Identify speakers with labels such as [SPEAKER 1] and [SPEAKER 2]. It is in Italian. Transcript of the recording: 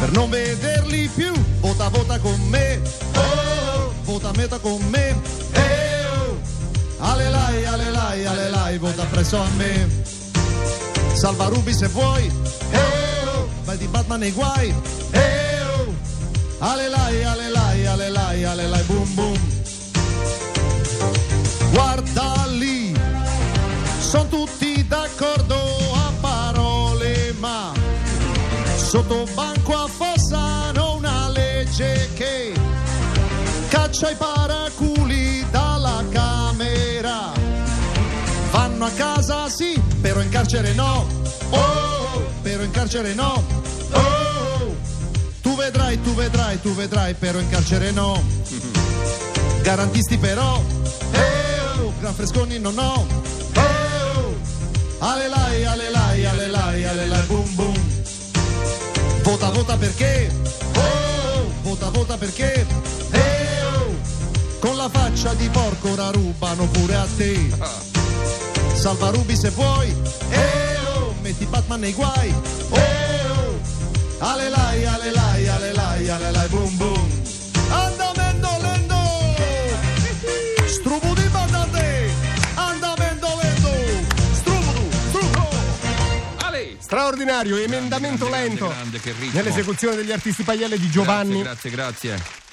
[SPEAKER 1] Per non vederli più, vota vota con me, oh, oh. vota meta con me, eh oh. Alelai, alelai, alelai, vota presso a me. Salva Ruby se vuoi, eh oh. Vai di Batman nei guai, eh oh. Alelai, alelai, alelai, alelai, boom boom. Guarda lì, sono tutti d'accordo a parole, ma sotto banco a Fossano una legge che caccia i paraculi dalla camera. Vanno a casa sì, però in carcere no. Oh, oh, però in carcere no. Oh, oh. tu vedrai, tu vedrai, tu vedrai, però in carcere no. Garantisti però. Eh, oh, gran fresconi no no. Eh, oh. Alelai, alelai, alelai, alelai, boom boom. Vota vota perché? eh, Oh, vota vota perché? Eh, oh. Con la faccia di porco ora rubano pure a te. Salva Rubi se vuoi. Eh, oh. Metti Batman nei guai. Eh, oh. Alelai, alelai, alelai, alelai, boom boom. Andamendo lendo. Strubudi bandate. Andamendo lendo. Strubudu, strubudu.
[SPEAKER 2] Ale!
[SPEAKER 3] Straordinario, emendamento
[SPEAKER 2] grande,
[SPEAKER 3] lento
[SPEAKER 2] grande, che ritmo.
[SPEAKER 3] nell'esecuzione degli artisti Paielli di Giovanni.
[SPEAKER 2] Grazie, grazie, grazie.